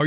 Are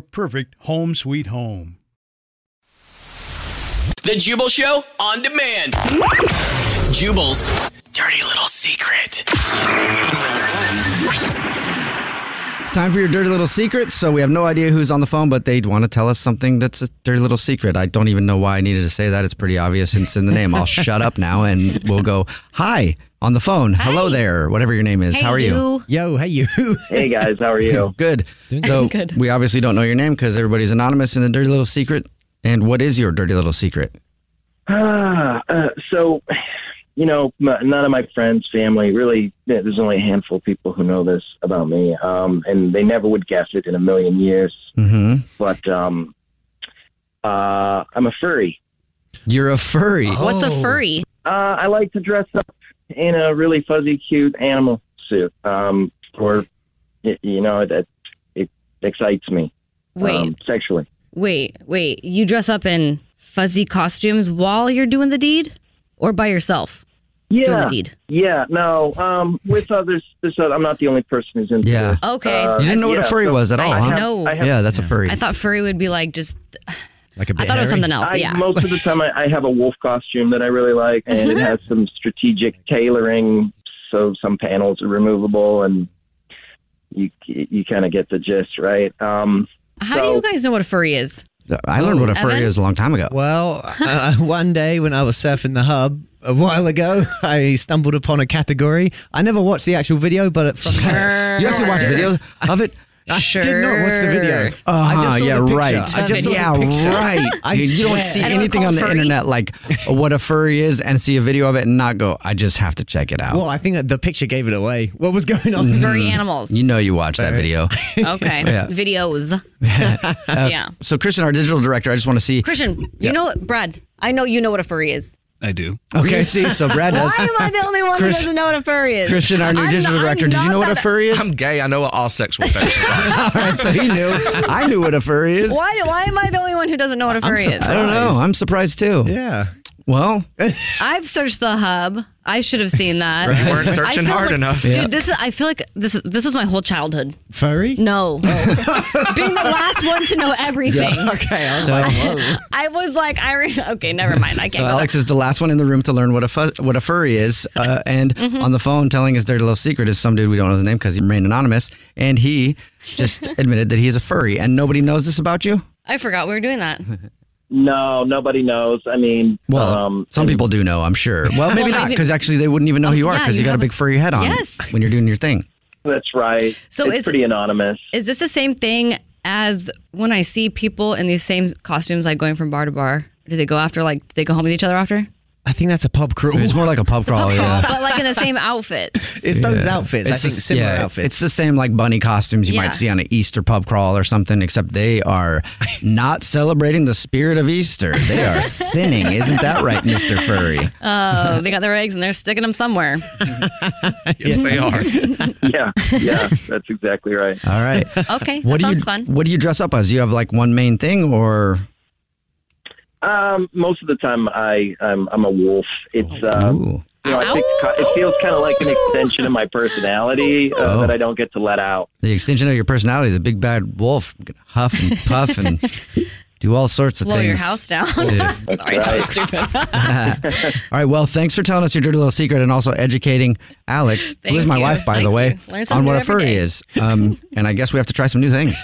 perfect home sweet home. The Jubal Show on demand. Jubal's dirty little secret. It's time for your dirty little secret. So we have no idea who's on the phone, but they want to tell us something that's a dirty little secret. I don't even know why I needed to say that. It's pretty obvious. It's in the name. I'll shut up now and we'll go, hi, on the phone. Hello there, whatever your name is. Hey, How are you? you. Yo, hey you. Hey guys, how are you? Good. So Good. we obviously don't know your name because everybody's anonymous in the dirty little secret. And what is your dirty little secret? Ah, uh, so, you know, m- none of my friends, family, really, there- there's only a handful of people who know this about me, um, and they never would guess it in a million years. hmm Mm-hmm. But um, uh, I'm a furry. You're a furry. Oh, What's Oh. a furry? Uh, I like to dress up in a really fuzzy, cute animal suit, um, or y- you know, it, it excites me Wait, um, sexually. wait, wait. You dress up in fuzzy costumes while you're doing the deed, or by yourself doing Yeah, the deed? yeah, no, um, with others. This, other, I'm not the only person who's into Yeah. this. Okay. Uh, You didn't know what a yeah, furry so was at all, I huh? know. I have- Yeah, that's a furry. I thought furry would be like just. Like a I thought it was something else. I, yeah. Most of the time, I, I have a wolf costume that I really like, and it has some strategic tailoring. So some panels are removable, and you you kind of get the gist, right? Um, How do you guys know what a furry is? I learned what a furry Evan? is a long time ago. Well, uh, one day when I was surfing the hub a while ago, I stumbled upon a category. I never watched the actual video, but it, from You actually watch videos of it? I did not watch the video. I Uh-huh, just saw yeah, the picture. right. I just saw the yeah, picture. right. I Dude, you don't can't. see I don't anything call on the furry. internet like what a furry is and see a video of it and not go, I just have to check it out. Well, I think that the picture gave it away. What was going on? Mm-hmm. Furry animals. you know you watch that video. Okay. Yeah. Videos. yeah. So Christian, our digital director, I just want to see. Christian, you know what, Brad? I know you know what a furry is. I do. Okay, see, so Brad does. Why am I the only one Chris- who doesn't know what a furry is? Christian, our new I'm digital not- director, I'm did you not know what a that- furry is? I'm gay. I know what all sexual fetishes are. All right, so he knew. I knew what a furry is. Why, do- why am I the only one who doesn't know what a furry is? I don't know. I'm surprised too. Yeah. Well, I've searched the hub. I should have seen that. You weren't searching I feel hard like- enough. dude. This is. I feel like this is this is my whole childhood. Furry? No, being the last one to know everything. Okay. I was so, like, I was like, I re- okay, never mind. I so can't. go Uh, Alex is the last one in the room to learn what a fu- what a furry is, uh, and on the phone telling his dirty little secret is some dude we don't know his name because he remained anonymous, and he just admitted that he is a furry, and nobody knows this about you. there. I forgot we were doing that. no, nobody knows. I mean, Well, um, some people do know, I'm sure. Well, maybe not, maybe- because actually they wouldn't even know who you are yeah, because you you got a have big furry head on Yes. when you're doing your thing. that's right. So it's is- pretty anonymous. Is this the same thing as when I see people in these same costumes, like going from bar to bar? Do they go after? Like, do they go home with each other after? I think that's a pub crawl. It's more like a pub crawl, Oh, yeah. but like in the same outfit. It's those outfits. I It's think the s- similar yeah, outfits. It's the same like bunny costumes you Yeah. might see on an Easter pub crawl or something, except they are not celebrating the spirit of Easter. They are sinning. Isn't that right, Mr. Furry? Oh, they got their eggs and they're sticking them somewhere. Yes, they are. Yeah, yeah, that's exactly right. All right. Okay, What that do you sounds fun. what do you dress up as? You have like one main thing or Um, most of the time, I I'm, I'm a wolf. It's uh, Oh. Ooh. you know, I think co- it feels kind of like an extension of my personality uh, Oh. that I don't get to let out. the extension of your personality, the big bad wolf, huff and puff and do all sorts of blow things. your house down. Yeah. Sorry, that was stupid. All right. Well, thanks for telling us your dirty little secret and also educating Alex, who Thank is my you. wife, by Thank the way, you. Learn something on what a new every furry day. is. Um, and I guess we have to try some new things.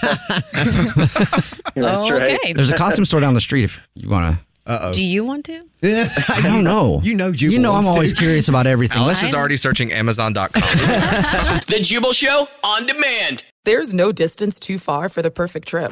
That's right. Oh, okay. There's a costume store down the street if you want to. Do you want to? I don't know. you know Jubal You know, I'm wants to. always curious about everything. Alex Let's just is already searching Amazon.com. The Jubal Show on demand. There's no distance too far for the perfect trip